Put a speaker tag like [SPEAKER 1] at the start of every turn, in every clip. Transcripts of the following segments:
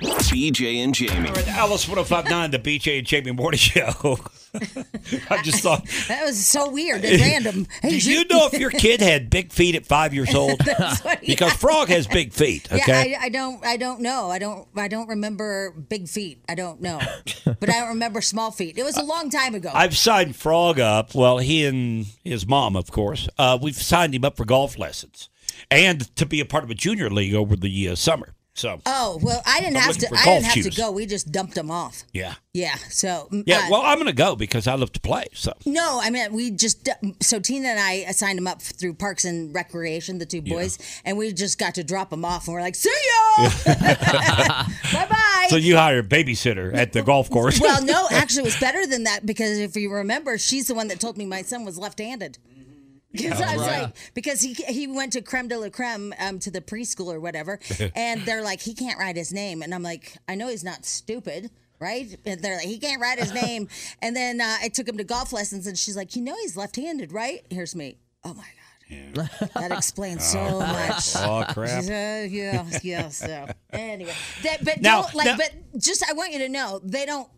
[SPEAKER 1] BJ and Jamie.
[SPEAKER 2] All right, Alice 1059, the BJ and Jamie Morning Show. I just thought,
[SPEAKER 3] That was so weird and random. Hey,
[SPEAKER 2] did you know if your kid had big feet at five years old?
[SPEAKER 3] That's what-
[SPEAKER 2] because Frog has big feet,
[SPEAKER 3] Yeah,
[SPEAKER 2] okay?
[SPEAKER 3] I, I don't. I don't know. I don't. I don't remember big feet. I don't know, but I don't remember small feet. It was a long time ago.
[SPEAKER 2] I've signed Frog up. Well, he and his mom, of course. Uh, we've signed him up for golf lessons and to be a part of a junior league over the uh, summer. So,
[SPEAKER 3] oh well, I didn't
[SPEAKER 2] I'm
[SPEAKER 3] have
[SPEAKER 2] looking
[SPEAKER 3] to.
[SPEAKER 2] for
[SPEAKER 3] I didn't
[SPEAKER 2] golf
[SPEAKER 3] have
[SPEAKER 2] shoes.
[SPEAKER 3] to go. We just dumped them off.
[SPEAKER 2] yeah.
[SPEAKER 3] Yeah. So mm,
[SPEAKER 2] Yeah,
[SPEAKER 3] uh,
[SPEAKER 2] well, I'm going to go because I love to play. So,
[SPEAKER 3] No, I mean we just d- so Tina and I signed them up through Parks and Recreation, the two boys, and we just got to drop them off, and we're like, "See ya, bye bye."
[SPEAKER 2] so you hire a babysitter at the golf course.
[SPEAKER 3] well, no, actually, it was better than that because if you remember, she's the one that told me my son was left-handed. Because I was like, because he he went to creme de la creme um, to the preschool or whatever, and they're like, he can't write his name, and I'm like, I know he's not stupid. Right? And they're like, he can't write his name. And then uh, I took him to golf lessons, and she's like, you know, he's left handed, right? Here's me. Oh my God. That explains so much.
[SPEAKER 2] oh, crap.
[SPEAKER 3] She's, uh, yeah, yeah. So anyway, that, but
[SPEAKER 2] Now-
[SPEAKER 3] don't like,
[SPEAKER 2] now-
[SPEAKER 3] but just I want you to know they don't.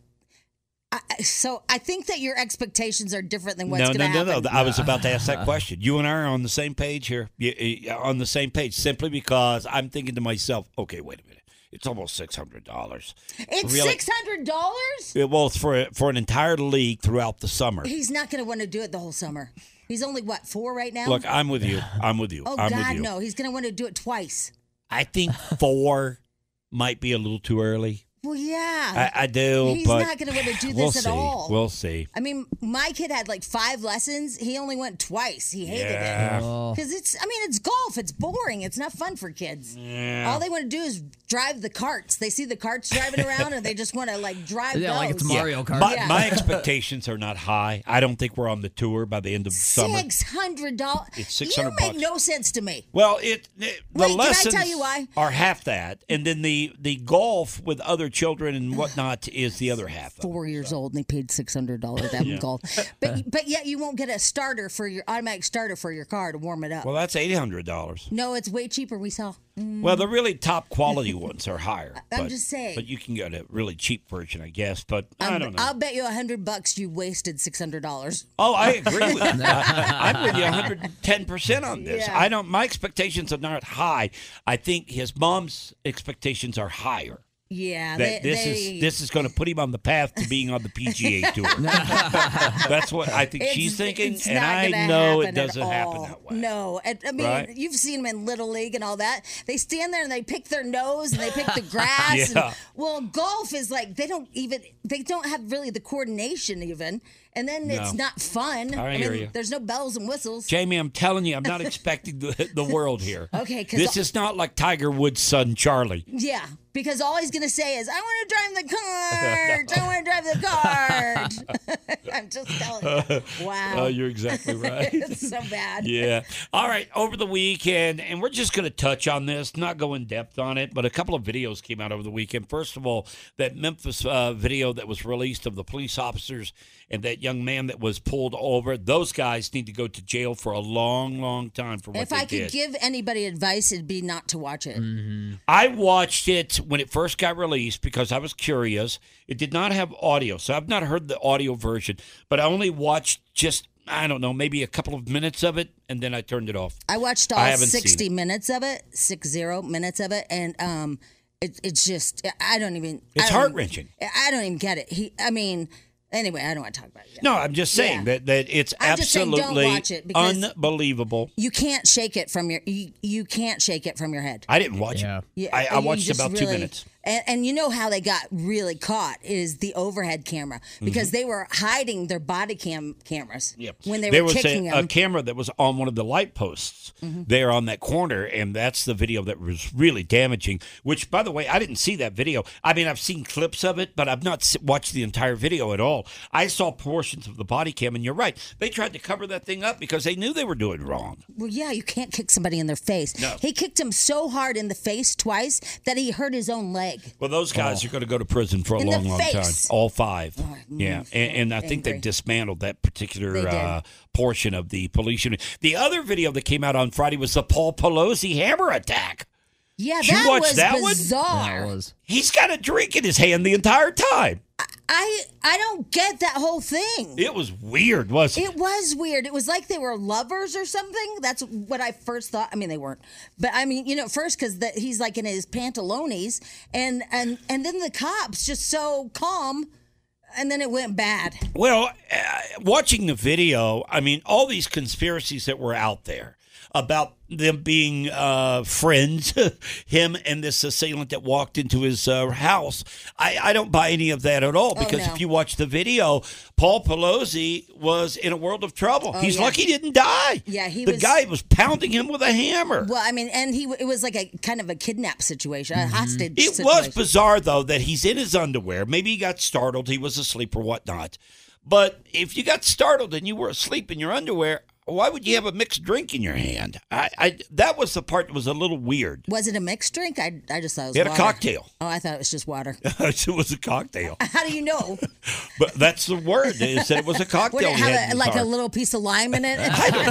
[SPEAKER 3] I, I- so I think that your expectations are different than what's
[SPEAKER 2] no,
[SPEAKER 3] going
[SPEAKER 2] no,
[SPEAKER 3] to
[SPEAKER 2] no,
[SPEAKER 3] happen.
[SPEAKER 2] no. I was about to ask that question. You and I are on the same page here. You- you- On the same page, simply because I'm thinking to myself, okay, wait a minute. It's almost six hundred dollars.
[SPEAKER 3] It's
[SPEAKER 2] Really?
[SPEAKER 3] six hundred dollars.
[SPEAKER 2] Well, it's for for an entire league throughout the summer.
[SPEAKER 3] He's not going to want to do it the whole summer. He's only what four right now.
[SPEAKER 2] Look, I'm with you. I'm with you.
[SPEAKER 3] oh
[SPEAKER 2] I'm with
[SPEAKER 3] God,
[SPEAKER 2] you.
[SPEAKER 3] no. He's going to want to do it twice.
[SPEAKER 2] I think four might be a little too early.
[SPEAKER 3] Well, yeah.
[SPEAKER 2] I, I do,
[SPEAKER 3] Uh, He's
[SPEAKER 2] but
[SPEAKER 3] not gonna wanna do
[SPEAKER 2] we'll
[SPEAKER 3] this at
[SPEAKER 2] see.
[SPEAKER 3] all.
[SPEAKER 2] We'll see.
[SPEAKER 3] I mean, my kid had like five lessons. He only went twice. He hated
[SPEAKER 2] Yeah.
[SPEAKER 3] it
[SPEAKER 4] Oh.
[SPEAKER 3] because it's. I mean, it's golf. It's boring. It's not fun for kids. All they want to do is drive the carts. They see the carts driving around, and they just want to like drive.
[SPEAKER 4] Yeah, like it's
[SPEAKER 3] those.
[SPEAKER 4] Mario Kart.
[SPEAKER 2] My,
[SPEAKER 3] Yeah.
[SPEAKER 2] my expectations are not high. I don't think we're on the tour by the end of the summer.
[SPEAKER 3] Six hundred dollars.
[SPEAKER 2] It's
[SPEAKER 3] You
[SPEAKER 2] $600
[SPEAKER 3] make no sense to me.
[SPEAKER 2] Well, it, it the
[SPEAKER 3] Wait, did I tell
[SPEAKER 2] lessons
[SPEAKER 3] you why?
[SPEAKER 2] are half that, and then the the golf with other children and whatnot is the other half. Of it.
[SPEAKER 3] Four years old, and they paid six hundred dollars to have him golf. But but yet you won't get a starter for your automatic starter for your car to warm it up.
[SPEAKER 2] Well, that's eight hundred dollars.
[SPEAKER 3] no, it's way cheaper. We saw.
[SPEAKER 2] Well, the really top quality ones are higher.
[SPEAKER 3] Mm. I'm
[SPEAKER 2] but-
[SPEAKER 3] just saying.
[SPEAKER 2] but you can get a really cheap version, I guess. But I
[SPEAKER 3] I'm-
[SPEAKER 2] don't know.
[SPEAKER 3] um, I'll bet you a hundred bucks you wasted six hundred dollars.
[SPEAKER 2] oh, I agree with you. I, I'm with you 110 percent on this.
[SPEAKER 3] Yeah.
[SPEAKER 2] I don't. My expectations are not high. I think his mom's expectations are higher.
[SPEAKER 3] Yeah,
[SPEAKER 2] that
[SPEAKER 3] they-
[SPEAKER 2] this
[SPEAKER 3] they-
[SPEAKER 2] is this is going to put him on the path to being on the PGA tour. That's what I think
[SPEAKER 3] It's-
[SPEAKER 2] she's thinking,
[SPEAKER 3] it's
[SPEAKER 2] and
[SPEAKER 3] not
[SPEAKER 2] I
[SPEAKER 3] gonna
[SPEAKER 2] know it
[SPEAKER 3] happen at
[SPEAKER 2] doesn't happen
[SPEAKER 3] all.
[SPEAKER 2] that way.
[SPEAKER 3] No, I, I mean
[SPEAKER 2] Right?
[SPEAKER 3] you've seen them in little league and all that. They stand there and they pick their nose and they pick the grass.
[SPEAKER 2] Yeah.
[SPEAKER 3] and, well, golf is like they don't even they don't have really the coordination even, and then it's not fun.
[SPEAKER 2] I
[SPEAKER 3] mean,
[SPEAKER 2] hear you.
[SPEAKER 3] There's no bells and whistles.
[SPEAKER 2] Jamie, I'm telling you, I'm not expecting the, the world here.
[SPEAKER 3] Okay, 'cause
[SPEAKER 2] this is not like Tiger Woods' son Charlie.
[SPEAKER 3] yeah, because all he's gonna say is, "I want to drive the cart. I want to drive the cart." I'm just telling you. Wow,
[SPEAKER 2] Uh, Oh, you're exactly right.
[SPEAKER 3] it's so bad.
[SPEAKER 2] yeah. All right. Over the weekend, and we're just going to touch on this, not go in depth on it, but a couple of videos came out over the weekend. First of all, that Memphis uh, video that was released of the police officers and that young man that was pulled over. Those guys need to go to jail for a long, long time for what
[SPEAKER 3] If
[SPEAKER 2] they
[SPEAKER 3] I could
[SPEAKER 2] did. Mm.
[SPEAKER 3] give anybody advice, it'd be not to watch it.
[SPEAKER 2] I watched it when it first got released because I was curious. It did not have audio, so I've not heard the audio version, but I only watched just I don't know, maybe a couple of minutes of it, and then I turned it off.
[SPEAKER 3] I watched all
[SPEAKER 2] I haven't seen
[SPEAKER 3] 60 minutes of it, six zero minutes of it, and um, it, it's just I don't even. I
[SPEAKER 2] It's
[SPEAKER 3] don't-
[SPEAKER 2] heart wrenching.
[SPEAKER 3] I don't even get it. He, I mean, anyway, I don't want to talk about it.
[SPEAKER 2] No, I'm just saying
[SPEAKER 3] Yeah.
[SPEAKER 2] that, that it's
[SPEAKER 3] I'm just saying don't
[SPEAKER 2] absolutely
[SPEAKER 3] watch it because-
[SPEAKER 2] unbelievable.
[SPEAKER 3] You can't shake it from your you, you can't shake it from your head.
[SPEAKER 2] I didn't watch
[SPEAKER 4] Yeah.
[SPEAKER 2] it. I, I
[SPEAKER 3] you
[SPEAKER 2] watched
[SPEAKER 3] just
[SPEAKER 2] about two
[SPEAKER 3] really-
[SPEAKER 2] minutes.
[SPEAKER 3] And, and you know how they got really caught is the overhead camera because
[SPEAKER 2] Mm-hmm.
[SPEAKER 3] they were hiding their body cam cameras when they
[SPEAKER 2] there
[SPEAKER 3] were
[SPEAKER 2] was
[SPEAKER 3] kicking Mm-hmm.
[SPEAKER 2] a,
[SPEAKER 3] them.
[SPEAKER 2] a camera that was on one of the light posts there on that corner, and that's the video that was really damaging. Which, by the way, I didn't see that video. I mean, I've seen clips of it, but I've not s- watched the entire video at all. I saw portions of the body cam, and you're right. They tried to cover that thing up because they knew they were doing wrong.
[SPEAKER 3] Well, yeah, you can't kick somebody in their face. He kicked him so hard in the face twice that he hurt his own leg.
[SPEAKER 2] Well, those guys are going to go to prison for a
[SPEAKER 3] Oh. In the
[SPEAKER 2] long, long time.
[SPEAKER 3] face.
[SPEAKER 2] All five.
[SPEAKER 3] I'm
[SPEAKER 2] yeah,
[SPEAKER 3] so
[SPEAKER 2] and, and I think they've
[SPEAKER 3] angry.
[SPEAKER 2] dismantled that particular
[SPEAKER 3] They did.
[SPEAKER 2] uh, portion of the police unit. The other video that came out on Friday was the Paul Pelosi hammer attack.
[SPEAKER 3] Yeah,
[SPEAKER 2] Did you
[SPEAKER 3] that
[SPEAKER 2] watch
[SPEAKER 3] was
[SPEAKER 2] that one?
[SPEAKER 3] bizarre.
[SPEAKER 4] That was
[SPEAKER 2] He's got a drink in his hand the entire time.
[SPEAKER 3] I I don't get that whole thing.
[SPEAKER 2] It was weird, wasn't it?
[SPEAKER 3] It was weird. It was like they were lovers or something. That's what I first thought. I mean, they weren't, but I mean, you know, first because he's like in his pantalones, and and and then the cops just so calm, and then it went bad.
[SPEAKER 2] Well, uh, watching the video, I mean, all these conspiracies that were out there about them being uh, friends, him and this assailant that walked into his uh, house. I, I don't buy any of that at all because
[SPEAKER 3] Oh, no.
[SPEAKER 2] if you watch the video, Paul Pelosi was in a world of trouble. He's
[SPEAKER 3] Oh, yeah.
[SPEAKER 2] lucky he didn't die.
[SPEAKER 3] Yeah, he
[SPEAKER 2] the
[SPEAKER 3] was-
[SPEAKER 2] guy was pounding him with a hammer.
[SPEAKER 3] Well, I mean, and he it was like a kind of a kidnap situation, a hostage.
[SPEAKER 2] Mm-hmm. It
[SPEAKER 3] situation.
[SPEAKER 2] was bizarre though that he's in his underwear. Maybe he got startled. He was asleep or whatnot. But if you got startled and you were asleep in your underwear, why would you have a mixed drink in your hand? I, I that was the part that was a little weird.
[SPEAKER 3] Was it a mixed drink? I, I just thought it was
[SPEAKER 2] He had a
[SPEAKER 3] water.
[SPEAKER 2] cocktail.
[SPEAKER 3] Oh, I thought it was just water.
[SPEAKER 2] it was a cocktail,
[SPEAKER 3] How do you know?
[SPEAKER 2] but that's the word. It said it was a cocktail.
[SPEAKER 3] Would it
[SPEAKER 2] he had in
[SPEAKER 3] have a,
[SPEAKER 2] his
[SPEAKER 3] like a
[SPEAKER 2] car.
[SPEAKER 3] little piece of lime in it?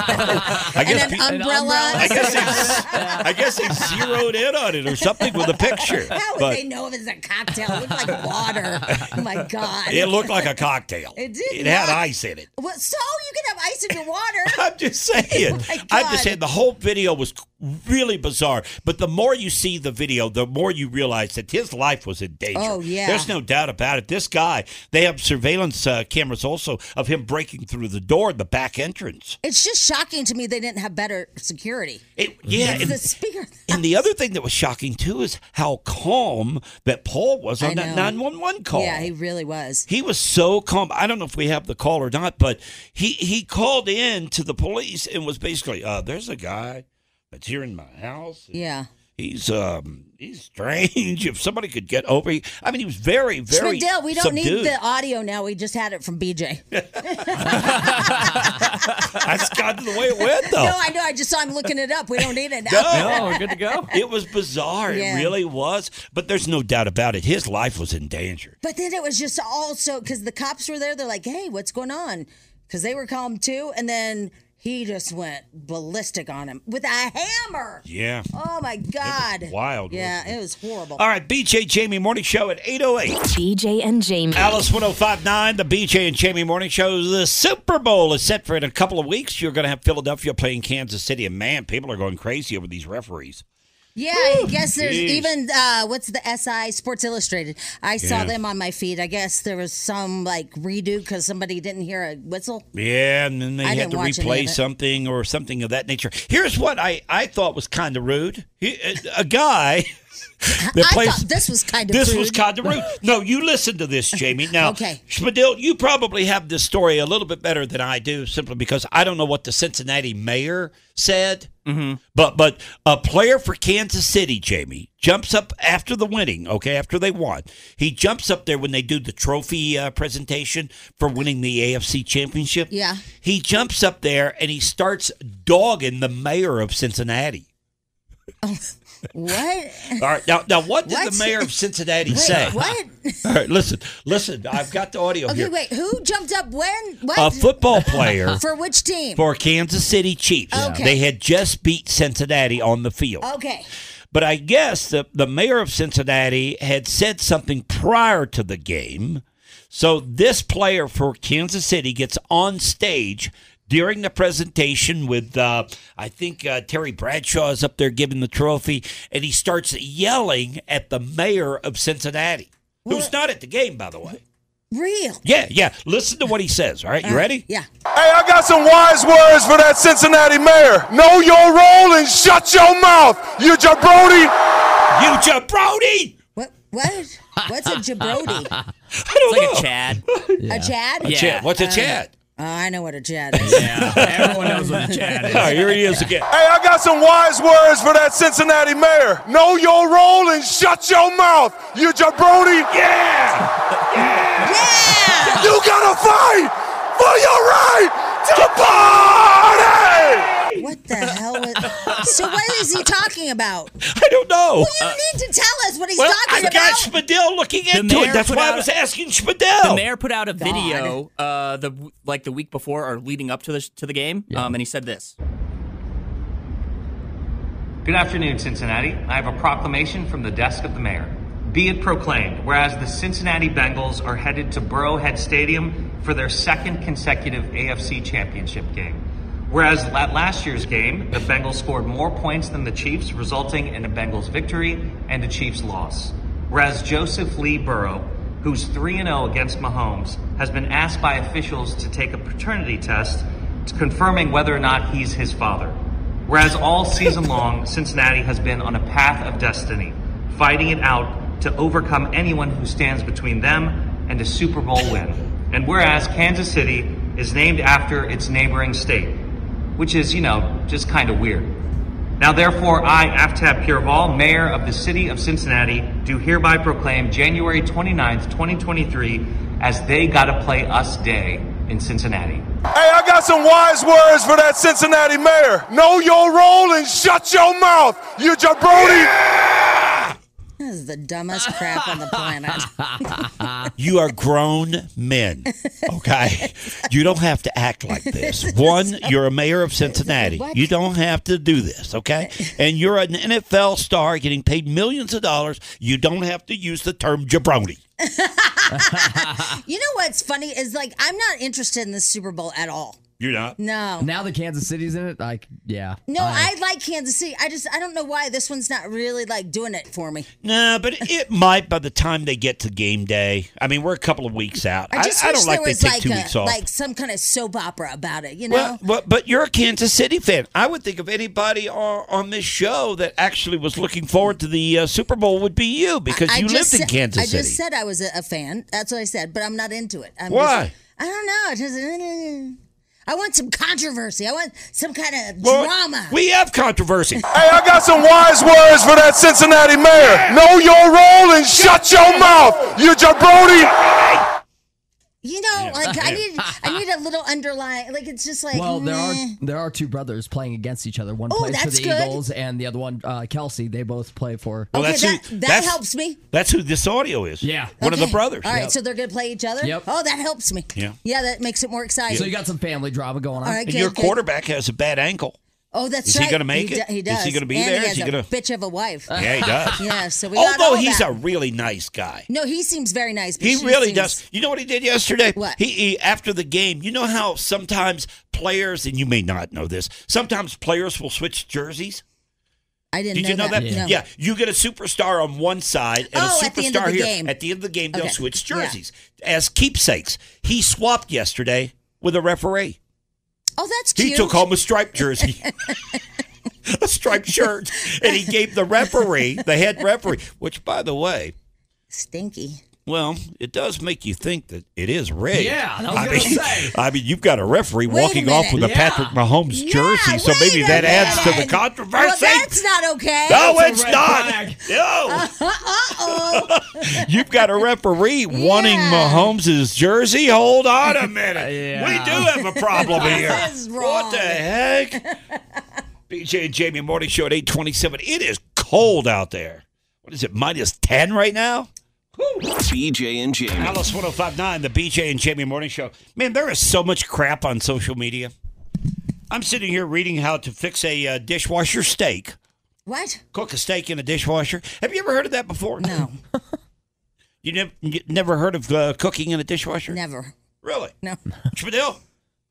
[SPEAKER 2] I
[SPEAKER 3] and
[SPEAKER 2] guess
[SPEAKER 3] an
[SPEAKER 2] pe-
[SPEAKER 4] An
[SPEAKER 3] umbrella.
[SPEAKER 4] umbrella.
[SPEAKER 2] I guess they, I guess they zeroed in on it or something with a picture.
[SPEAKER 3] How would
[SPEAKER 2] but
[SPEAKER 3] they know if it's a cocktail? It looked like water. Oh my God.
[SPEAKER 2] it looked like a cocktail.
[SPEAKER 3] It did
[SPEAKER 2] It had
[SPEAKER 3] not.
[SPEAKER 2] ice in it.
[SPEAKER 3] Well, so you can have ice in your water.
[SPEAKER 2] I'm just saying.
[SPEAKER 3] Oh my
[SPEAKER 2] I'm just
[SPEAKER 3] God.
[SPEAKER 2] saying the whole video was really bizarre. But the more you see the video, the more you realize that his life was in danger.
[SPEAKER 3] Oh, yeah.
[SPEAKER 2] There's no doubt about it. This guy, they have surveillance uh, cameras also of him breaking through the door, the back entrance.
[SPEAKER 3] It's just shocking to me they didn't have better security.
[SPEAKER 2] It, yeah.
[SPEAKER 3] It's
[SPEAKER 2] and-
[SPEAKER 3] the speaker.
[SPEAKER 2] and the other thing that was shocking too is how calm that Paul was on
[SPEAKER 3] I
[SPEAKER 2] that
[SPEAKER 3] know.
[SPEAKER 2] 911 call.
[SPEAKER 3] Yeah, he really was.
[SPEAKER 2] He was so calm. I don't know if we have the call or not, but he he called in to the police and was basically, uh, "There's a guy that's here in my house.
[SPEAKER 3] Yeah.
[SPEAKER 2] He's um he's strange. If somebody could get over, he, I mean, he was very very
[SPEAKER 3] Schmidl, we don't
[SPEAKER 2] subdued.
[SPEAKER 3] need the audio now. We just had it from BJ.
[SPEAKER 2] That's kind of the way it went though.
[SPEAKER 3] No, I know. I just saw him looking it up. We don't need it now.
[SPEAKER 4] no, we're good to go.
[SPEAKER 2] it was bizarre.
[SPEAKER 3] Yeah.
[SPEAKER 2] It really was. But there's no doubt about it. His life was in danger.
[SPEAKER 3] But then it was just also because the cops were there. They're like, "Hey, what's going on?" Because they were calm too, and then he just went ballistic on him with a hammer.
[SPEAKER 2] Yeah.
[SPEAKER 3] Oh my god!
[SPEAKER 2] wild,
[SPEAKER 3] Yeah,
[SPEAKER 2] wasn't
[SPEAKER 3] it was horrible.
[SPEAKER 2] All right, BJ Jamie Morning Show at 808.
[SPEAKER 5] BJ and Jamie.
[SPEAKER 2] Alice 1059, the BJ and Jamie Morning Show. The Super Bowl is set for in a couple of weeks. You're going to have Philadelphia playing Kansas City. And man, people are going crazy over these referees.
[SPEAKER 3] Yeah, I guess there's even uh, what's the SI Sports Illustrated. I saw them on my feed. I guess there was some like redo because somebody didn't hear a whistle.
[SPEAKER 2] Yeah, and then they
[SPEAKER 3] I
[SPEAKER 2] had
[SPEAKER 3] didn't
[SPEAKER 2] to
[SPEAKER 3] watch any of
[SPEAKER 2] replay
[SPEAKER 3] it.
[SPEAKER 2] something or something of that nature. Here's what I, I thought was kind of rude. He, uh, a guy that
[SPEAKER 3] I
[SPEAKER 2] plays.
[SPEAKER 3] thought this was kind of
[SPEAKER 2] This was
[SPEAKER 3] rude.
[SPEAKER 2] kind of rude. No, you listen to this, Jamie. Now,
[SPEAKER 3] Okay.
[SPEAKER 2] Spadil, you probably have this story a little bit better than I do, simply because I don't know what the Cincinnati mayor said. But but a player for Kansas City, Jamie, jumps up after the winning. Okay, after they won, he jumps up there when they do the trophy uh, presentation for winning the AFC championship.
[SPEAKER 3] Yeah.
[SPEAKER 2] he jumps up there and he starts dogging the mayor of Cincinnati.
[SPEAKER 3] what?
[SPEAKER 2] All right, now now what did
[SPEAKER 3] What?
[SPEAKER 2] the mayor of Cincinnati
[SPEAKER 3] Wait,
[SPEAKER 2] say?
[SPEAKER 3] what?
[SPEAKER 2] All right, listen, listen. I've got the audio
[SPEAKER 3] Okay,
[SPEAKER 2] here.
[SPEAKER 3] wait. Who jumped up when? What?
[SPEAKER 2] A football player
[SPEAKER 3] For which team?
[SPEAKER 2] for Kansas City Chiefs.
[SPEAKER 3] Okay. Oh.
[SPEAKER 2] They had just beat Cincinnati on the field.
[SPEAKER 3] okay.
[SPEAKER 2] But I guess the, the mayor of Cincinnati had said something prior to the game. So this player for Kansas City gets on stage, during the presentation with, uh, I think uh, Terry Bradshaw is up there giving the trophy, and he starts yelling at the mayor of Cincinnati, who's not at the game, by the way.
[SPEAKER 3] Real.
[SPEAKER 2] Yeah, yeah. Listen to what he says. All right, you ready?
[SPEAKER 3] Uh, Yeah.
[SPEAKER 4] Hey, I got some wise words for that Cincinnati mayor. Know your role and shut your mouth, you jabroni.
[SPEAKER 2] You jabroni!
[SPEAKER 3] What? What? What's a jabrodi?
[SPEAKER 2] I don't
[SPEAKER 6] It's like
[SPEAKER 2] know.
[SPEAKER 6] a Chad.
[SPEAKER 3] A Chad?
[SPEAKER 6] Yeah.
[SPEAKER 2] Chad. What's a Chad?
[SPEAKER 3] Oh, I know what a Chad is.
[SPEAKER 6] Yeah, everyone knows what a Chad
[SPEAKER 2] All right, here he is again.
[SPEAKER 4] Hey, I got some wise words for that Cincinnati mayor. Know your role and shut your mouth, you jabroni.
[SPEAKER 2] Yeah!
[SPEAKER 3] Yeah.
[SPEAKER 4] You gotta fight for your right to party.
[SPEAKER 3] What the hell? Was... So what is he talking about?
[SPEAKER 2] I don't know.
[SPEAKER 3] You need to tell us what he's
[SPEAKER 2] Well,
[SPEAKER 3] talking
[SPEAKER 2] I
[SPEAKER 3] about.
[SPEAKER 2] got Spadil looking into it.
[SPEAKER 6] mayor
[SPEAKER 2] That's
[SPEAKER 6] put
[SPEAKER 2] why I
[SPEAKER 6] out
[SPEAKER 2] was
[SPEAKER 6] a-
[SPEAKER 2] asking Spadil.
[SPEAKER 6] The mayor put out a video uh, the like the week before or leading up to the to the game, um, and he said this.
[SPEAKER 7] Good afternoon, Cincinnati. I have a proclamation from the desk of the mayor. Be it proclaimed, whereas the Cincinnati Bengals are headed to Burrowhead Stadium for their second consecutive AFC Championship game. Whereas at last year's game, the Bengals scored more points than the Chiefs, resulting in a Bengals victory and a Chiefs loss. Whereas Joseph Lee Burrow, who's 3 0 against Mahomes, has been asked by officials to take a paternity test confirming whether or not he's his father. Whereas all season long, Cincinnati has been on a path of destiny, fighting it out to overcome anyone who stands between them and a Super Bowl win. And whereas Kansas City is named after its neighboring state, which is, you know, just kind of weird. Now, therefore, I, Aftab Pierval, Mayor of the City of Cincinnati, do hereby proclaim January 29th, 2023, as They Gotta Play Us Day in Cincinnati.
[SPEAKER 4] Hey, I got some wise words for that Cincinnati mayor. Know your role and shut your mouth, you jabroni.
[SPEAKER 3] This is the dumbest crap on the planet.
[SPEAKER 2] You are grown men, okay? you don't have to act like this. One, you're a mayor of Cincinnati. You don't have to do this, okay? And you're an NFL star getting paid millions of dollars. You don't have to use the term jabroni.
[SPEAKER 3] You know what's funny is like I'm not interested in the Super Bowl at all.
[SPEAKER 2] You're not.
[SPEAKER 3] No.
[SPEAKER 8] Now that Kansas City's in it, like, yeah.
[SPEAKER 3] No, I like Kansas City. I just I don't know why this one's not really like doing it for me.
[SPEAKER 2] Nah, but it might by the time they get to game day. I mean, we're a couple of weeks out.
[SPEAKER 3] I just
[SPEAKER 2] I,
[SPEAKER 3] wish
[SPEAKER 2] don't like
[SPEAKER 3] there
[SPEAKER 2] they
[SPEAKER 3] was
[SPEAKER 2] take
[SPEAKER 3] like
[SPEAKER 2] two
[SPEAKER 3] a,
[SPEAKER 2] weeks off.
[SPEAKER 3] like some kind of soap opera about it, you know?
[SPEAKER 2] Well, but, but you're a Kansas City fan. I would think of anybody on, on this show that actually was looking forward to the uh, Super Bowl would be you because
[SPEAKER 3] I
[SPEAKER 2] you lived
[SPEAKER 3] just
[SPEAKER 2] in
[SPEAKER 3] said-
[SPEAKER 2] Kansas
[SPEAKER 3] I
[SPEAKER 2] City.
[SPEAKER 3] just said I was a, a fan. That's what I said, but I'm not into it. I'm
[SPEAKER 2] Why?
[SPEAKER 3] just- I don't know. It just, eh. I want some controversy. I want some kind of
[SPEAKER 2] Well,
[SPEAKER 3] drama.
[SPEAKER 2] We have controversy.
[SPEAKER 4] Hey, I got some wise words for that Cincinnati mayor. Know your role and shut your mouth, you jabroni.
[SPEAKER 3] you know, like I need I need a little underlying. Like it's just like
[SPEAKER 8] Well, there are
[SPEAKER 3] meh.
[SPEAKER 8] there are two brothers playing against each other. One
[SPEAKER 3] Oh,
[SPEAKER 8] plays for
[SPEAKER 3] that's
[SPEAKER 8] the
[SPEAKER 3] good.
[SPEAKER 8] Eagles, and the other one, uh, Kelsey. They both play for.
[SPEAKER 2] Well,
[SPEAKER 3] okay,
[SPEAKER 2] that's
[SPEAKER 3] that,
[SPEAKER 2] who-
[SPEAKER 3] that
[SPEAKER 2] that's-
[SPEAKER 3] helps me.
[SPEAKER 2] That's who this audio is.
[SPEAKER 8] Yeah.
[SPEAKER 2] One of the
[SPEAKER 3] Okay.
[SPEAKER 2] brothers.
[SPEAKER 3] All right, so they're gonna play each other.
[SPEAKER 8] Yep.
[SPEAKER 3] Oh, that helps me.
[SPEAKER 2] Yeah.
[SPEAKER 3] yeah, that makes it more exciting.
[SPEAKER 8] So you got some family drama going on.
[SPEAKER 3] All right,
[SPEAKER 2] And
[SPEAKER 3] good,
[SPEAKER 2] your
[SPEAKER 3] good.
[SPEAKER 2] quarterback has a bad ankle.
[SPEAKER 3] Oh, that's
[SPEAKER 2] Is he
[SPEAKER 3] right.
[SPEAKER 2] gonna make it?
[SPEAKER 3] do- He
[SPEAKER 2] Is he
[SPEAKER 3] does.
[SPEAKER 2] gonna be
[SPEAKER 3] and
[SPEAKER 2] there?
[SPEAKER 3] He
[SPEAKER 2] Is
[SPEAKER 3] has
[SPEAKER 2] he
[SPEAKER 3] a
[SPEAKER 2] gonna-
[SPEAKER 3] bitch of a wife?
[SPEAKER 6] Uh.
[SPEAKER 2] Yeah, he does.
[SPEAKER 3] Yeah, so we got all
[SPEAKER 2] Although he's
[SPEAKER 3] that.
[SPEAKER 2] a really nice guy.
[SPEAKER 3] no, he seems very nice. But
[SPEAKER 2] He
[SPEAKER 3] she
[SPEAKER 2] really
[SPEAKER 3] seems-
[SPEAKER 2] does. You know what he did yesterday?
[SPEAKER 3] What?
[SPEAKER 2] He, he after the game. You know how sometimes players, and you may not know this, sometimes players will switch jerseys.
[SPEAKER 3] I didn't.
[SPEAKER 2] Did you know that?
[SPEAKER 3] No.
[SPEAKER 2] Yeah. you get a superstar on one side and
[SPEAKER 3] Oh,
[SPEAKER 2] a
[SPEAKER 3] at the end of
[SPEAKER 2] superstar
[SPEAKER 3] the
[SPEAKER 2] here.
[SPEAKER 3] game.
[SPEAKER 2] At the end of the game, they'll
[SPEAKER 3] Okay.
[SPEAKER 2] switch
[SPEAKER 3] Yeah.
[SPEAKER 2] jerseys as keepsakes. He swapped yesterday with a referee.
[SPEAKER 3] Oh, that's
[SPEAKER 2] He
[SPEAKER 3] cute.
[SPEAKER 2] took home a striped jersey. A striped shirt, and he gave the referee, the head referee, which, by the way,
[SPEAKER 3] Stinky.
[SPEAKER 2] well, it does make you think that it is rigged.
[SPEAKER 8] Yeah, that was
[SPEAKER 2] I
[SPEAKER 8] gonna
[SPEAKER 2] mean,
[SPEAKER 8] say.
[SPEAKER 2] I mean, you've got a referee
[SPEAKER 3] Wait a
[SPEAKER 2] walking off with
[SPEAKER 3] minute.
[SPEAKER 2] a
[SPEAKER 8] Yeah.
[SPEAKER 2] Patrick Mahomes jersey,
[SPEAKER 3] Yeah,
[SPEAKER 2] so maybe
[SPEAKER 3] wait a
[SPEAKER 2] that adds to the
[SPEAKER 3] minute.
[SPEAKER 2] controversy.
[SPEAKER 3] Well, that's not okay.
[SPEAKER 2] no,
[SPEAKER 8] That's a
[SPEAKER 2] it's
[SPEAKER 8] red
[SPEAKER 2] not.
[SPEAKER 8] flag.
[SPEAKER 2] No.
[SPEAKER 3] Uh-oh.
[SPEAKER 2] You've got a referee wanting
[SPEAKER 3] Yeah.
[SPEAKER 2] Mahomes' jersey. Hold on a minute.
[SPEAKER 8] Yeah.
[SPEAKER 2] We do have a problem here.
[SPEAKER 3] This is
[SPEAKER 2] What
[SPEAKER 3] wrong.
[SPEAKER 2] the heck? BJ and Jamie Morning Show at 827. It is cold out there. What is it, minus 10 right now?
[SPEAKER 1] BJ and Jamie.
[SPEAKER 2] Alice 1059, the BJ and Jamie Morning Show. Man, there is so much crap on social media. I'm sitting here reading how to fix a uh, dishwasher steak.
[SPEAKER 3] What?
[SPEAKER 2] Cook a steak in a dishwasher. Have you ever heard of that before? No. you, nev- you never heard of uh, cooking in a dishwasher?
[SPEAKER 3] Never.
[SPEAKER 2] Really?
[SPEAKER 3] No.
[SPEAKER 2] Spadil,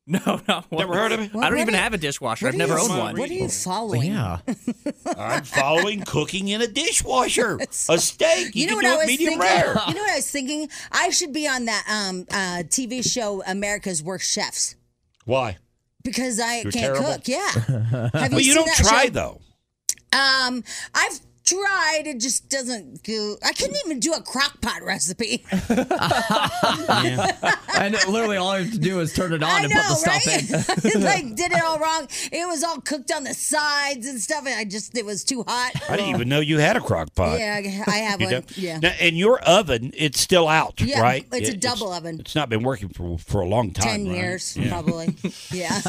[SPEAKER 6] No, not one.
[SPEAKER 2] Never heard of it?
[SPEAKER 6] I don't
[SPEAKER 2] What
[SPEAKER 6] even
[SPEAKER 2] are you-
[SPEAKER 6] have a dishwasher. I've
[SPEAKER 2] what are
[SPEAKER 6] never
[SPEAKER 2] you-
[SPEAKER 6] owned one.
[SPEAKER 2] what are you
[SPEAKER 3] following?
[SPEAKER 2] Yeah. I'm following cooking in a dishwasher. A steak. You,
[SPEAKER 3] You, know
[SPEAKER 2] can
[SPEAKER 3] what
[SPEAKER 2] do
[SPEAKER 3] I
[SPEAKER 2] it
[SPEAKER 3] was
[SPEAKER 2] medium
[SPEAKER 3] thinking?
[SPEAKER 2] rare.
[SPEAKER 3] You know what I was thinking? I should be on that um, uh, TV show America's Worst Chefs
[SPEAKER 2] Why?
[SPEAKER 3] because I
[SPEAKER 2] You're
[SPEAKER 3] can't
[SPEAKER 2] terrible.
[SPEAKER 3] cook. Yeah.
[SPEAKER 2] Have
[SPEAKER 3] you
[SPEAKER 2] well, you
[SPEAKER 3] seen
[SPEAKER 2] don't
[SPEAKER 3] that
[SPEAKER 2] try
[SPEAKER 3] show?
[SPEAKER 2] though.
[SPEAKER 3] Um, I've tried. It just doesn't go. I couldn't even do a crock pot recipe.
[SPEAKER 8] and it, literally all I have to do is turn it on
[SPEAKER 3] I
[SPEAKER 8] and
[SPEAKER 3] know,
[SPEAKER 8] put the stuff
[SPEAKER 3] It's
[SPEAKER 8] in.
[SPEAKER 3] like did it all wrong. It was all cooked on the sides and stuff, and I just it was too hot.
[SPEAKER 2] I didn't even know you had a crock pot.
[SPEAKER 3] Yeah, I I have
[SPEAKER 2] You
[SPEAKER 3] one.
[SPEAKER 2] know?
[SPEAKER 3] Yeah.
[SPEAKER 2] Now, and your oven, it's still out,
[SPEAKER 3] yeah,
[SPEAKER 2] right?
[SPEAKER 3] It's
[SPEAKER 2] It-
[SPEAKER 3] a double oven.
[SPEAKER 2] It's not been working for for a long time.
[SPEAKER 3] Ten
[SPEAKER 2] right?
[SPEAKER 3] years
[SPEAKER 2] Yeah.
[SPEAKER 3] probably. Yeah.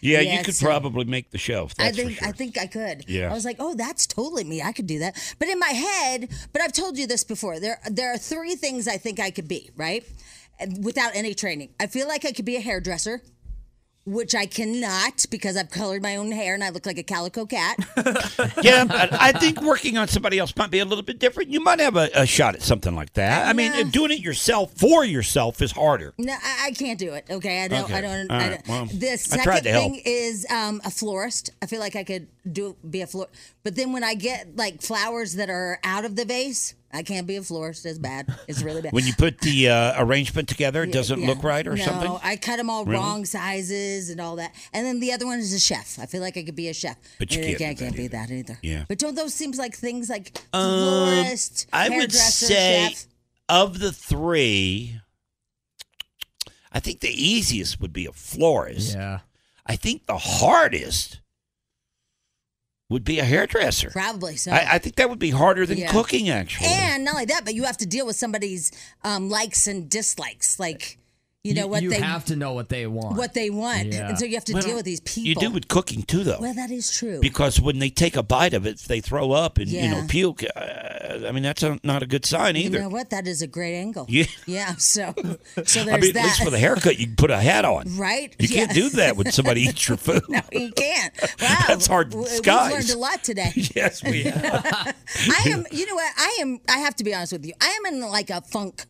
[SPEAKER 2] Yeah,
[SPEAKER 3] Yeah,
[SPEAKER 2] you could
[SPEAKER 3] so-
[SPEAKER 2] probably make the shelf.
[SPEAKER 3] I
[SPEAKER 2] That's
[SPEAKER 3] think
[SPEAKER 2] for sure.
[SPEAKER 3] I think I could.
[SPEAKER 2] Yeah.
[SPEAKER 3] I was like, oh, that's totally me. I could do that. But in my head, but I've told you this before. There there are three things I think I could be, right? And without any training. I feel like I could be a hairdresser. Which I cannot because I've colored my own hair and I look like a calico cat.
[SPEAKER 2] yeah, but I think working on somebody else might be a little bit different. You might have a, a shot at something like that. I mean,
[SPEAKER 3] Yeah.
[SPEAKER 2] doing it yourself for yourself is harder.
[SPEAKER 3] No, I, I can't do it. Okay, I don't.
[SPEAKER 2] Okay.
[SPEAKER 3] I don't.
[SPEAKER 2] All
[SPEAKER 3] I
[SPEAKER 2] right,
[SPEAKER 3] don't.
[SPEAKER 2] well,
[SPEAKER 3] the
[SPEAKER 2] I
[SPEAKER 3] second
[SPEAKER 2] tried to help.
[SPEAKER 3] thing is um, a florist. I feel like I could do be a flor. But then when I get like flowers that are out of the vase, I can't be a florist. It's bad. It's really bad.
[SPEAKER 2] When you put the uh, arrangement together, it
[SPEAKER 3] Yeah,
[SPEAKER 2] doesn't
[SPEAKER 3] yeah.
[SPEAKER 2] look right or
[SPEAKER 3] no,
[SPEAKER 2] something.
[SPEAKER 3] I cut them all
[SPEAKER 2] Really?
[SPEAKER 3] wrong sizes and all that. And then the other one is a chef. I feel like I could be a chef.
[SPEAKER 2] But you can't
[SPEAKER 3] And I
[SPEAKER 2] do
[SPEAKER 3] can't,
[SPEAKER 2] that
[SPEAKER 3] can't be that either.
[SPEAKER 2] Yeah.
[SPEAKER 3] But don't those seem like things like
[SPEAKER 2] Um,
[SPEAKER 3] florist,
[SPEAKER 2] I would
[SPEAKER 3] hairdresser,
[SPEAKER 2] say
[SPEAKER 3] chef?
[SPEAKER 2] of the three, I think the easiest would be a florist.
[SPEAKER 8] Yeah.
[SPEAKER 2] I think the hardest would be a hairdresser.
[SPEAKER 3] Probably so.
[SPEAKER 2] I, I think that would be harder than
[SPEAKER 3] Yeah.
[SPEAKER 2] cooking, actually.
[SPEAKER 3] And not only that, but you have to deal with somebody's um, likes and dislikes, like you know what
[SPEAKER 8] you
[SPEAKER 3] they
[SPEAKER 8] have to know what they want.
[SPEAKER 3] what they want,
[SPEAKER 8] Yeah.
[SPEAKER 3] and so you have to
[SPEAKER 2] Well,
[SPEAKER 3] deal with these people.
[SPEAKER 2] You do with cooking too, though,
[SPEAKER 3] well, that is true.
[SPEAKER 2] because when they take a bite of it, if they throw up and you know
[SPEAKER 3] Yeah.
[SPEAKER 2] puke. Uh, I mean, that's a, not a good sign
[SPEAKER 3] you
[SPEAKER 2] either.
[SPEAKER 3] know what? That is a great angle.
[SPEAKER 2] Yeah.
[SPEAKER 3] Yeah. So, so there's
[SPEAKER 2] I mean, at
[SPEAKER 3] that.
[SPEAKER 2] least for the haircut, you can put a hat on.
[SPEAKER 3] Right?
[SPEAKER 2] You
[SPEAKER 3] Yeah.
[SPEAKER 2] can't do that when somebody eats your food.
[SPEAKER 3] You can't. Wow.
[SPEAKER 2] That's hard to
[SPEAKER 3] W-
[SPEAKER 2] disguise.
[SPEAKER 3] We've learned a lot today.
[SPEAKER 2] yes, we have.
[SPEAKER 3] I am. You know what? I am. I have to be honest with you. I am in like a funk.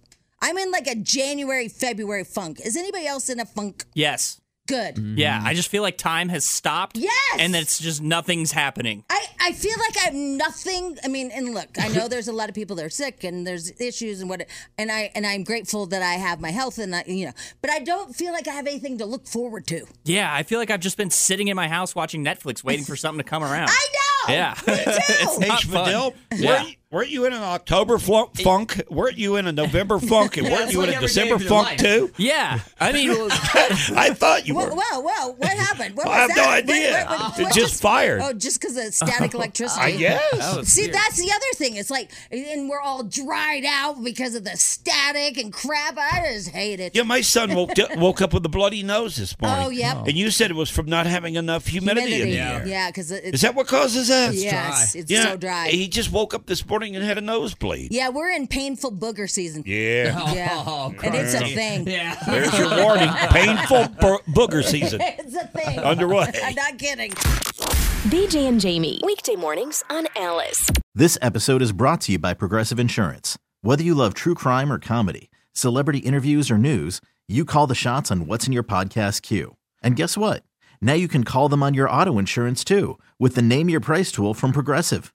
[SPEAKER 3] I'm in like a January, February funk. Is anybody else in a funk?
[SPEAKER 6] Yes.
[SPEAKER 3] Good.
[SPEAKER 2] Mm-hmm.
[SPEAKER 6] Yeah, I just feel like time has stopped.
[SPEAKER 3] Mm. Yes!
[SPEAKER 6] And it's just nothing's happening.
[SPEAKER 3] I, I feel like I'm nothing. I mean, and look, I know there's a lot of people that are sick and there's issues and what, and I and I'm grateful that I have my health and I, you know, but I don't feel like I have anything to look forward to.
[SPEAKER 6] Yeah, I feel like I've just been sitting in my house watching Netflix waiting for something to come around.
[SPEAKER 2] Ah.
[SPEAKER 3] I know.
[SPEAKER 6] Yeah. it's
[SPEAKER 2] Hey,
[SPEAKER 6] not
[SPEAKER 2] Fidel,
[SPEAKER 6] fun.
[SPEAKER 2] weren't,
[SPEAKER 6] Yeah.
[SPEAKER 2] you, weren't you in an October flo- funk? Weren't you in a November funk? And weren't
[SPEAKER 8] it's
[SPEAKER 2] you in
[SPEAKER 8] like
[SPEAKER 2] a
[SPEAKER 8] every day
[SPEAKER 2] December
[SPEAKER 8] of your
[SPEAKER 2] funk
[SPEAKER 8] life.
[SPEAKER 2] too?
[SPEAKER 6] Yeah. I mean,
[SPEAKER 2] I thought you
[SPEAKER 3] Whoa,
[SPEAKER 2] were.
[SPEAKER 3] whoa, whoa! What happened? What
[SPEAKER 2] I have
[SPEAKER 3] was
[SPEAKER 2] no
[SPEAKER 3] that? What-
[SPEAKER 2] idea.
[SPEAKER 3] what- what-
[SPEAKER 2] It
[SPEAKER 3] what
[SPEAKER 2] just fired.
[SPEAKER 3] Oh, just because of static electricity.
[SPEAKER 2] I guess.
[SPEAKER 3] See, that's the other thing. It's like, and we're all dried out because of the static and crap. I just hate it.
[SPEAKER 2] Yeah, my son woke up, woke up with a bloody nose this morning.
[SPEAKER 3] Oh, yep. Oh.
[SPEAKER 2] And you said it was from not having enough humidity,
[SPEAKER 3] Humidity.
[SPEAKER 2] in the air.
[SPEAKER 3] Yeah, because it's
[SPEAKER 2] Is that what causes that?
[SPEAKER 3] yes, it's
[SPEAKER 2] Yeah,
[SPEAKER 3] so dry.
[SPEAKER 2] He just woke up this morning and had a nosebleed.
[SPEAKER 3] Yeah, we're in painful booger season.
[SPEAKER 2] Yeah.
[SPEAKER 3] Yeah.
[SPEAKER 8] Oh,
[SPEAKER 3] and it's a
[SPEAKER 8] crap.
[SPEAKER 3] thing.
[SPEAKER 8] Yeah.
[SPEAKER 2] There's your warning. Painful bo- booger season
[SPEAKER 3] It's a thing.
[SPEAKER 2] underway.
[SPEAKER 3] I'm not kidding.
[SPEAKER 9] BJ and Jamie, weekday mornings on Alice.
[SPEAKER 10] This episode is brought to you by Progressive Insurance. Whether you love true crime or comedy, celebrity interviews or news, you call the shots on what's in your podcast queue. And guess what? Now you can call them on your auto insurance too with the Name Your Price tool from Progressive.